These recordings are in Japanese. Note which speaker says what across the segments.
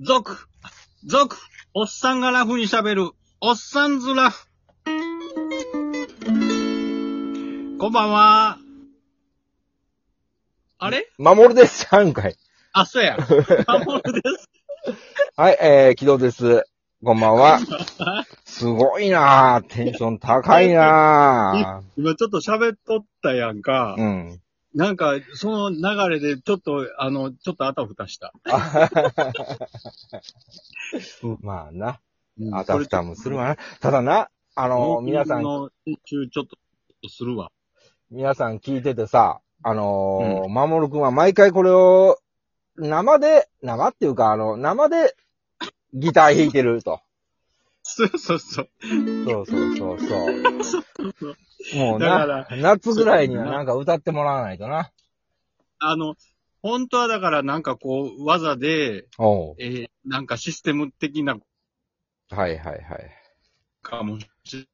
Speaker 1: 続、続、おっさんがラフに喋る、おっさんずラフ。こんばんは。あれ
Speaker 2: 守るです、3回。
Speaker 1: あ、そうや。タモルです。
Speaker 2: はい、えー、木戸です。こんばん は。すごいなぁ。テンション高いな
Speaker 1: 今ちょっと喋っとったやんか
Speaker 2: ぁ。。うん。
Speaker 1: なんか、その流れで、ちょっと、あの、ちょっとあたふたした。
Speaker 2: まあな。
Speaker 1: うん
Speaker 2: あたふたもするわな。ただな、あの、皆さん、
Speaker 1: の中、ちょっと、するわ。
Speaker 2: 皆さん聞いててさ、あのー、守るくんは毎回これを、生で、生っていうか、あの、生で、ギター弾いてると。
Speaker 1: そう そうそう。
Speaker 2: そうそうそう そう。もう
Speaker 1: だか
Speaker 2: な
Speaker 1: ら、
Speaker 2: 夏ぐらいにはなんか歌ってもらわないとな。
Speaker 1: あの、本当はだからなんかこう、技で、
Speaker 2: おう
Speaker 1: えーなんかシステム的な
Speaker 2: はいはいはい。
Speaker 1: かもし、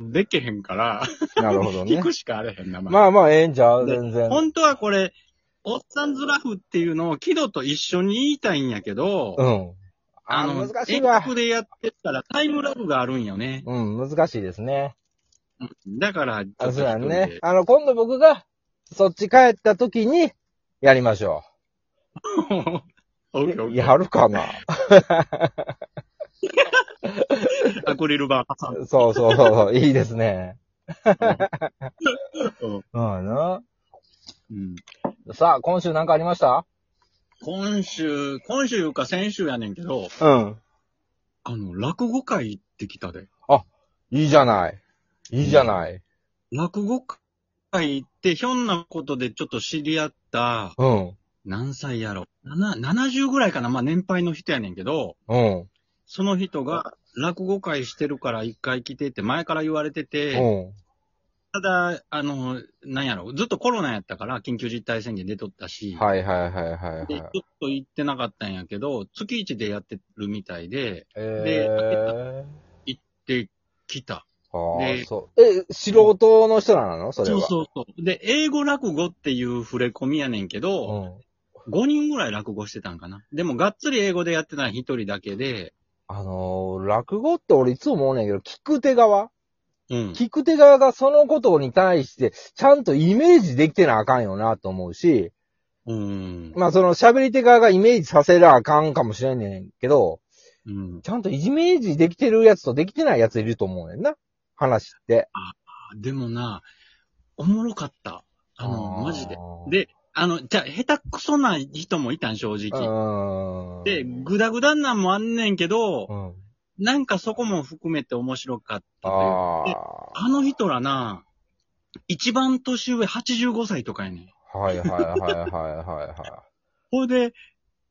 Speaker 1: でけへんから、
Speaker 2: なるほど
Speaker 1: 聞
Speaker 2: ね。
Speaker 1: くしかあれへんな、ま
Speaker 2: まあまあ、ええんちゃう
Speaker 1: で
Speaker 2: 全然。
Speaker 1: 本当はこれ、おっさんずラフっていうのを木戸と一緒に言いたいんやけど、
Speaker 2: うん。あ
Speaker 1: の、
Speaker 2: 難しい
Speaker 1: 遠
Speaker 2: な。
Speaker 1: 隔でやってたらタイムラグがあるんよね。
Speaker 2: うん、難しいですね。
Speaker 1: だから、ちょ
Speaker 2: あ、
Speaker 1: っ
Speaker 2: そ
Speaker 1: と一
Speaker 2: うや
Speaker 1: 人で
Speaker 2: んね。あの、今度僕が、そっち帰った時に、やりましょ
Speaker 1: オッケーオ
Speaker 2: う。
Speaker 1: ッケー
Speaker 2: やるかな
Speaker 1: アクリル板挟んで
Speaker 2: そうそ うそう、いいですね。
Speaker 1: うん
Speaker 2: うんな。
Speaker 1: うん
Speaker 2: さあ、今週なんかありました
Speaker 1: 今週、今週いうか先週やねんけど、
Speaker 2: うん。
Speaker 1: あの、落語会行ってきたで。
Speaker 2: いいじゃない。いいじゃない。
Speaker 1: 落語会行って、ひょんなことでちょっと知り合った、
Speaker 2: うん。
Speaker 1: 何歳やろ。なな70ぐらいかな。まあ年配の人やねんけど、
Speaker 2: うん。
Speaker 1: その人が落語会してるから一回来てって前から言われて
Speaker 2: う
Speaker 1: て、
Speaker 2: ん。
Speaker 1: ただ、あの、なんやろ。ずっとコロナやったから緊急事態宣言出とったし、
Speaker 2: はいはいはいはいは
Speaker 1: でちょ
Speaker 2: い
Speaker 1: っ。と行ってなかったんやけど、月一でやってるみたいで、
Speaker 2: え
Speaker 1: で、来た。
Speaker 2: ー。あ
Speaker 1: で
Speaker 2: ーそう。え、素人の人なのそれ
Speaker 1: そ
Speaker 2: は。
Speaker 1: うそうそう。で、英語落語っていう触れ込みやねんけど、
Speaker 2: うん。
Speaker 1: 5人ぐらい落語してたんかな。でも、がっつり英語でやってない一人だけで、
Speaker 2: あのー落語って俺いつも思うねんけど、聞く手側
Speaker 1: うん。
Speaker 2: 聞く手側がそのことに対して、ちゃんとイメージできてなあかんよなと思うし、
Speaker 1: うん。
Speaker 2: まあその喋り手側がイメージさせなあかんかもしれんねんけど、
Speaker 1: うん。
Speaker 2: ちゃんとイメージできてるやつとできてないやついると思うねんな。話って。
Speaker 1: でもな、おもろかった。あの、
Speaker 2: ー
Speaker 1: マジで。。で、あの、じゃあ下手くそな人もいたん、正
Speaker 2: う
Speaker 1: 直。
Speaker 2: ーん。
Speaker 1: で、ぐだぐだなんもあんねんけど
Speaker 2: う、ん。
Speaker 1: なんかそこも含めて面白かったというか
Speaker 2: あ
Speaker 1: であの人らな、一番年上85歳とかやねん。
Speaker 2: あ。はいはいはいはいは
Speaker 1: ほいで、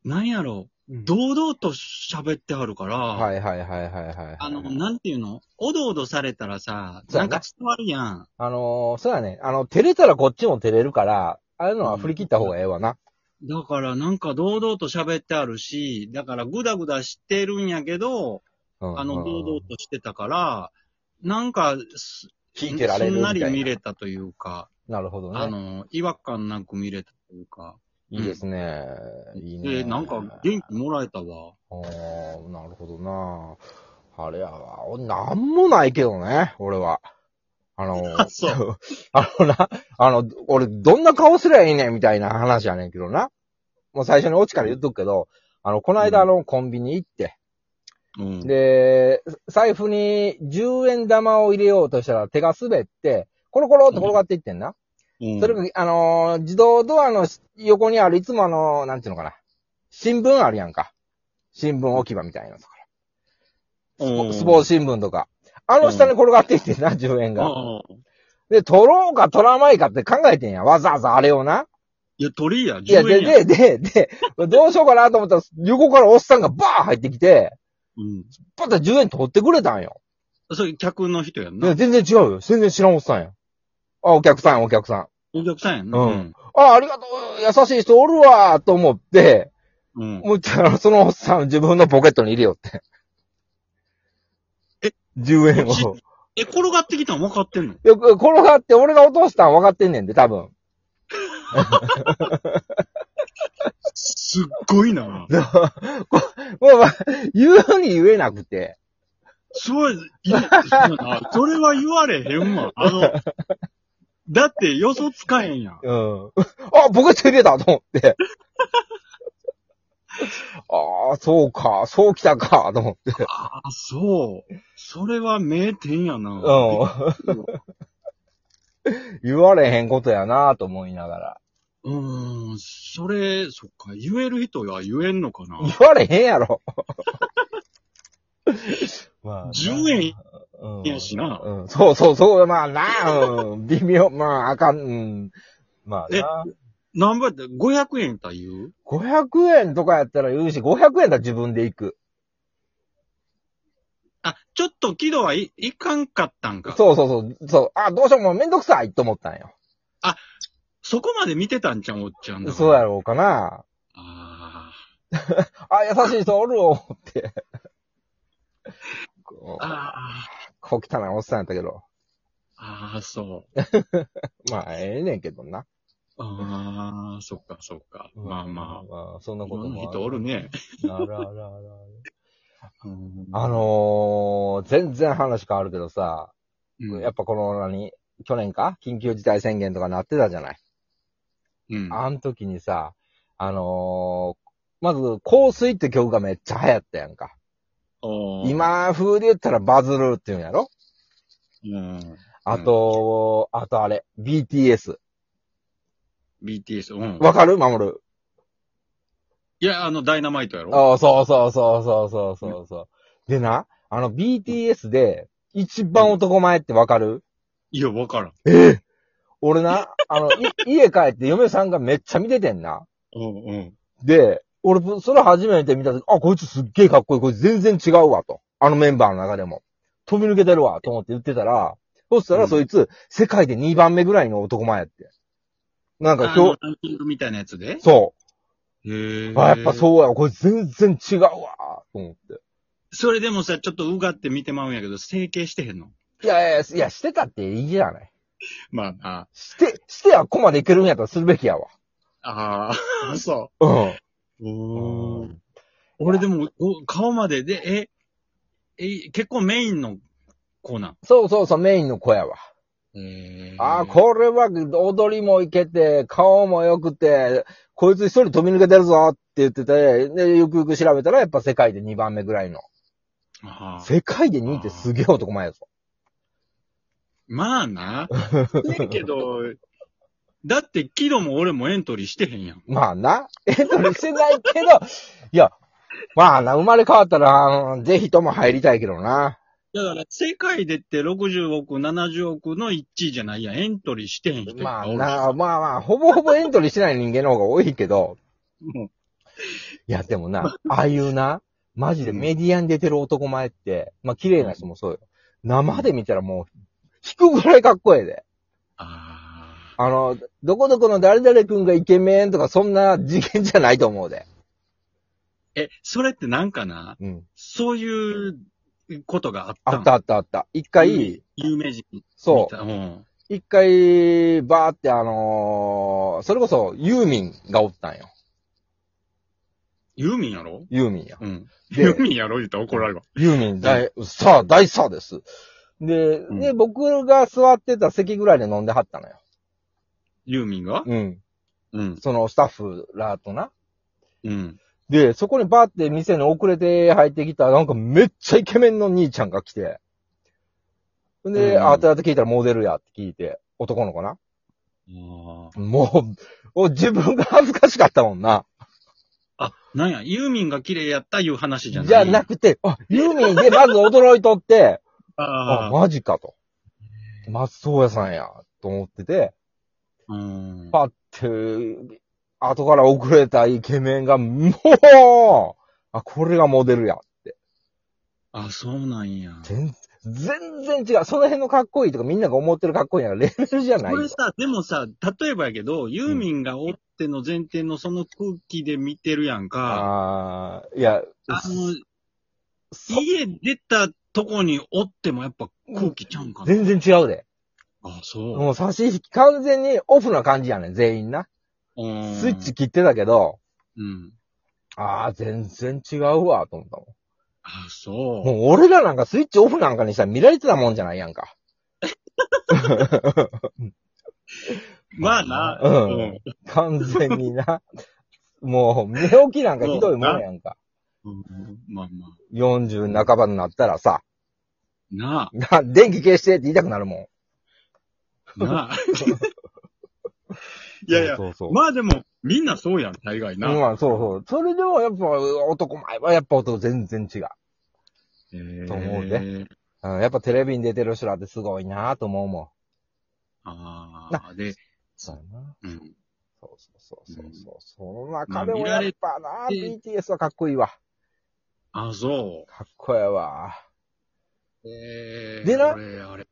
Speaker 1: なんやろ、堂々と喋ってはるから、
Speaker 2: いはい。はいはいはいはいはい。
Speaker 1: あの、なんていうのおどおどされたらさ、
Speaker 2: そう
Speaker 1: な
Speaker 2: や
Speaker 1: ん
Speaker 2: な
Speaker 1: か伝わるやん。
Speaker 2: あのーそうやね。あの、照れたらこっちも照れるから、ああいうのは振り切った方がええわな。
Speaker 1: だからなんか堂々と喋ってあるし、だからぐだぐだしてるんやけど、
Speaker 2: うん
Speaker 1: あの、堂
Speaker 2: うん
Speaker 1: 々としてたから、なんかす、
Speaker 2: 聞いてられる
Speaker 1: そん
Speaker 2: み
Speaker 1: な
Speaker 2: たい
Speaker 1: り
Speaker 2: な。
Speaker 1: 見れたというか、
Speaker 2: なるほど
Speaker 1: あ
Speaker 2: ね。
Speaker 1: の、違和感なく見れたというか、
Speaker 2: いいですね。いいね。
Speaker 1: で、なんか元気もらえたわ。
Speaker 2: おーなるほどな。あれやわ。俺、なんもないけどね、俺は。あの
Speaker 1: あ、そう。
Speaker 2: あのな、あの、俺、どんな顔すりゃいいねんみたいな話やねんけどな。もう最初にオチから言っとくけど、あの、この間、あの、コンビニ行って、
Speaker 1: うん。
Speaker 2: で、財布に10円玉を入れようとしたら手が滑って、コロコロっと転がっていってんな。
Speaker 1: うん、
Speaker 2: それが、あのー自動ドアの横にある、いつもあのーなんていうのかな。新聞あるやんか。新聞置き場みたいなのとか。スポスポー
Speaker 1: ツ
Speaker 2: ツ新聞とか。あの下に転がっていってんな、10円が。
Speaker 1: が。
Speaker 2: で、取ろうか取らないかって考えてんや。わざわざあれをな。
Speaker 1: いや、鳥や、
Speaker 2: いや、
Speaker 1: 10
Speaker 2: で、
Speaker 1: 円や。
Speaker 2: で、で、で、 どうしようかなと思ったら、横からおっさんがバーン入ってきて、
Speaker 1: うん。
Speaker 2: パッと10円取ってくれたんよ。
Speaker 1: それ客の人やん
Speaker 2: いや
Speaker 1: な。
Speaker 2: 全然違うよ。全然知らんおっさんや。あ、お客さん、お客さん。
Speaker 1: お客さんやんな。
Speaker 2: うんあ、ありがとう、優しい人おるわ、と思って、
Speaker 1: うん。うん。
Speaker 2: もう、じゃあそのおっさん自分のポケットに入れよ って。
Speaker 1: え
Speaker 2: ?10 円
Speaker 1: し
Speaker 2: を。
Speaker 1: え、転がってきたの分かってんの
Speaker 2: よく転がって、俺が落としたん分かってんねんで、多 分。
Speaker 1: すっごいな。
Speaker 2: でこもう、まあ言うに言えなくて。
Speaker 1: すごい、いやそうやなそれは言われへん わ。あの、だって予想つかへんやん。
Speaker 2: うん。あ、ポケット入れたと思 って。ああ、そうか、そう来たか、と思って。
Speaker 1: ああ、そう。それは名店やな。
Speaker 2: うん。言われへんことやなと思いながら。
Speaker 1: うーん、それ、そっか、言える人は言えんのかな。
Speaker 2: 言われへんやろ。まな
Speaker 1: 10円
Speaker 2: うん
Speaker 1: やしな
Speaker 2: うん、そうそうそう、まあな、うん、微妙、まああかん、うん、まあな。
Speaker 1: 何倍やって、500円と言う
Speaker 2: 500円とかやったら言うし、500円だったら自分で行く。
Speaker 1: あ、ちょっと喜怒はい、いかんかったんか。
Speaker 2: そうそうそう、そう、あ、どうしようもうめんどくさいと思ったんよ。
Speaker 1: そこまで見てたんじゃん、おっちゃんだから
Speaker 2: そうやろうかな。
Speaker 1: あ
Speaker 2: あ、優しい人おる思って。こ
Speaker 1: あ、あ
Speaker 2: う、こう汚いおっさんやったけど。
Speaker 1: あ、ああ、そう。
Speaker 2: まあ、ええねんけどな。
Speaker 1: ああ、そっか、そっか。まあまあ。
Speaker 2: あ。まあ、そんな
Speaker 1: こ
Speaker 2: こと
Speaker 1: の
Speaker 2: も
Speaker 1: 人おるね。
Speaker 2: ある。あらあらあらあら。あ
Speaker 1: あ、
Speaker 2: のー、全然話変わるけどさ、
Speaker 1: うん、
Speaker 2: やっぱこの何、去年か緊急事態宣言とかなってたじゃない。
Speaker 1: うん、
Speaker 2: あん時にさ、あのー、まず、香水って曲がめっちゃ流行ったやんか。
Speaker 1: おー、
Speaker 2: 今風で言ったらバズるっていうんやろ
Speaker 1: うん、
Speaker 2: あと、あとあれ、BTS。
Speaker 1: BTS、うん。
Speaker 2: わかる守る。
Speaker 1: いや、あの、ダイナマイトやろ
Speaker 2: ああ、そうそうそうそうそうそうそう。でな、あの BTS で、一番男前ってわかる
Speaker 1: いや、わからん。
Speaker 2: 俺な、あの、い 家帰って嫁さんがめっちゃ見ててんな。
Speaker 1: うん、うん。
Speaker 2: で、俺、それ初めて見た時、あ、こいつすっげえかっこいい。こいつ全然違うわ、と。あのメンバーの中でも。飛び抜けてるわ、と思って言ってたら、そした
Speaker 1: う
Speaker 2: ら
Speaker 1: ん
Speaker 2: そいつ、世界で2番目ぐらいの男前やって。なんか
Speaker 1: あ
Speaker 2: 今
Speaker 1: の
Speaker 2: 日、
Speaker 1: ランキングみたいなやつで
Speaker 2: そ
Speaker 1: へえ
Speaker 2: う。あやっぱそうやわ。こいつ全然違うわ、と思って。
Speaker 1: それでもさ、ちょっとうがって見てまうんやけど、整形してへんの
Speaker 2: いやいや、いや、してたっていいじゃない。
Speaker 1: まあ、
Speaker 2: して、してはここまでいけるんやったらするべきやわ。
Speaker 1: ああー、そ
Speaker 2: う ん。
Speaker 1: う。俺でも、お顔までで、え、え、結構メインの子なん。
Speaker 2: そうそうそう、メインの子やわ。
Speaker 1: へー
Speaker 2: ああ、これは踊りもいけて、顔も良くて、こいつ一人飛び抜けてるぞって言ってて、で、ゆくゆく調べたらやっぱ世界で2番目ぐらいの。
Speaker 1: あー
Speaker 2: 世界で2ってすげえ男前やぞ。
Speaker 1: まあな。ねんけど、だって、キドも俺もエントリーしてへんやん。
Speaker 2: まあな、エントリーしてないけど、いや、まあな、生まれ変わったら、うんぜひとも入りたいけどな。
Speaker 1: だから、世界でって60億、70億の1位じゃないやん。エントリーしてへん人いっ
Speaker 2: ま
Speaker 1: ぱ
Speaker 2: あ
Speaker 1: いおる
Speaker 2: な、まあまあ、ほぼほぼエントリーしてない人間の方が多いけど、
Speaker 1: うん
Speaker 2: いや、でもな、ああいうな、マジでメディアに出てる男前って、まあ綺麗な人もそうよ。生で見たらもう、引くぐらいかっこええで。
Speaker 1: ああ。
Speaker 2: あの、どこどこの誰々君がイケメンとかそんな次元じゃないと思うで。
Speaker 1: え、それってなんかな、
Speaker 2: うん。
Speaker 1: そういうことがあった
Speaker 2: あ
Speaker 1: ん
Speaker 2: ったあったあった。一回、
Speaker 1: 有名人。
Speaker 2: そう
Speaker 1: う。ん。
Speaker 2: う。一回、バーってあのーそれこそユーミンがおったんよ。
Speaker 1: ユーミンやろ
Speaker 2: ユーミンや。
Speaker 1: うん。
Speaker 2: で
Speaker 1: ユーミンやろ言ったら怒られるわ。
Speaker 2: ユーミン大、さあ、大スターです。で、
Speaker 1: ん
Speaker 2: で、僕が座ってた席ぐらいで飲んではったのよ。
Speaker 1: ユーミンが
Speaker 2: うん。
Speaker 1: うん。
Speaker 2: そのスタッフらとな。
Speaker 1: うん。
Speaker 2: で、そこにバーって店に遅れて入ってきた、なんかめっちゃイケメンの兄ちゃんが来て。で、
Speaker 1: うん
Speaker 2: あ後々聞いたらモデルやって聞いて、男の子な。
Speaker 1: あ
Speaker 2: もう、お自分が恥ずかしかったもんな。
Speaker 1: あ。あ、なんや、ユーミンが綺麗やったいう話じ
Speaker 2: じ
Speaker 1: ゃない。
Speaker 2: ゃなくて、あ、ユーミンでまず驚いとって、あ、
Speaker 1: ああ。
Speaker 2: マジかと。松尾屋さんや、と思ってて、
Speaker 1: うん。
Speaker 2: パッて、後から遅れたイケメンが、もう、あ、これがモデルや。
Speaker 1: あ、そうなんや。
Speaker 2: 全全然違う。その辺のかっこいいとかみんなが思ってるかっこいいならレベルじゃない
Speaker 1: こ
Speaker 2: よ
Speaker 1: れ。さ、でもさ、例えばやけど、ユーミンがおっての前提のその空気で見てるやんか。
Speaker 2: ああ、いや、
Speaker 1: あの、
Speaker 2: そ
Speaker 1: 家出たとこにおってもやっぱ空気ちゃうんかな。
Speaker 2: 全然違うで。
Speaker 1: あ、そう。
Speaker 2: もう差し引き完全にオフな感じやねん、全員な。
Speaker 1: ス
Speaker 2: スイッチ。切ってたけど、
Speaker 1: うん。
Speaker 2: ああ、全然違うわ、と思ったもん。
Speaker 1: あ、そう。
Speaker 2: もう俺らなんかスイッチオフなんかにしたら見られてたもんじゃないやんか。
Speaker 1: まあな。
Speaker 2: うん完全にな。もう、寝起きなんかひどいもんやんか。
Speaker 1: うん。まあまあ。
Speaker 2: 40半ばになったらさ、
Speaker 1: な
Speaker 2: な電気消してって言いたくなるも
Speaker 1: あ、なあ。
Speaker 2: ん。
Speaker 1: いやいや、
Speaker 2: そうそうそう。
Speaker 1: まあでも、みんなそうやん、大概な。
Speaker 2: まあ、そうそう。それでもやっぱ男前はやっぱ男全然違う。
Speaker 1: え
Speaker 2: と思う
Speaker 1: ね。
Speaker 2: うん、やっぱテレビに出てる人らってすごいなと思うもん。
Speaker 1: ああ、で、
Speaker 2: そうやな。
Speaker 1: うん。
Speaker 2: そうそうそう
Speaker 1: うん
Speaker 2: そう。その中でもやっぱな、
Speaker 1: 見ら
Speaker 2: BTS はかっこいいわ。
Speaker 1: あ、そ
Speaker 2: かっこええわ。
Speaker 1: う。ええ
Speaker 2: でな
Speaker 1: あれ、あれ。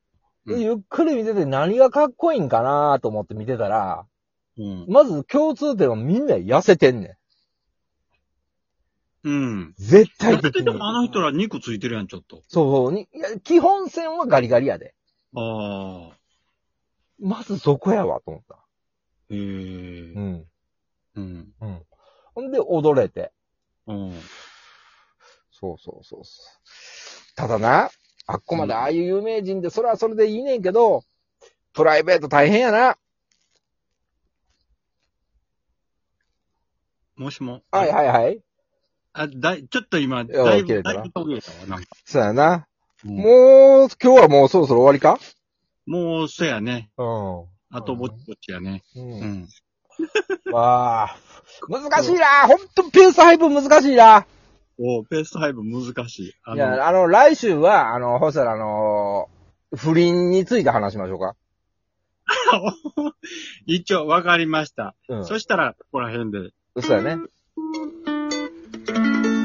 Speaker 1: うん
Speaker 2: で、ゆっくり見てて何がかっこいいんかなと思って見てたら、
Speaker 1: うん。
Speaker 2: まず共通点はみんな痩せてんねん。
Speaker 1: うん。
Speaker 2: 絶対
Speaker 1: だっ
Speaker 2: 的
Speaker 1: て
Speaker 2: に。
Speaker 1: でもあの人ら肉ついてるやん、ちょっと。
Speaker 2: そうそうにいや。基本線はガリガリやで。
Speaker 1: ああ。
Speaker 2: まずそこやわ、と思った。
Speaker 1: ええ
Speaker 2: うん。
Speaker 1: うん。
Speaker 2: ほんで、踊れて。
Speaker 1: うん。
Speaker 2: そうそうそうそう。ただな、あっこまでああいう有名人で、それはそれでいいねんけど、プライベート大変やな。
Speaker 1: もしも。
Speaker 2: はいはいはい。
Speaker 1: あ、だい、ちょっと今、
Speaker 2: や
Speaker 1: だい
Speaker 2: 切れ
Speaker 1: ぶ、
Speaker 2: た
Speaker 1: だ
Speaker 2: ない
Speaker 1: ぶ途切れたわ、なんか。
Speaker 2: そうやな。
Speaker 1: も
Speaker 2: もう、今日はもうそろそろ終わりか
Speaker 1: う、もう、そやね。
Speaker 2: う
Speaker 1: あとぼちぼちやね。
Speaker 2: ん。
Speaker 1: う
Speaker 2: うん。
Speaker 1: ん。
Speaker 2: わあ、難しいな。ほんとペース配分難しいな。
Speaker 1: おペース配分難しい。あ
Speaker 2: い
Speaker 1: の、
Speaker 2: や、あの、来週は、あの、ほしたら、あのー不倫について話しましょうか。
Speaker 1: 一応、わかりました。
Speaker 2: うん。
Speaker 1: そしたら、ここら辺で。
Speaker 2: そうやね。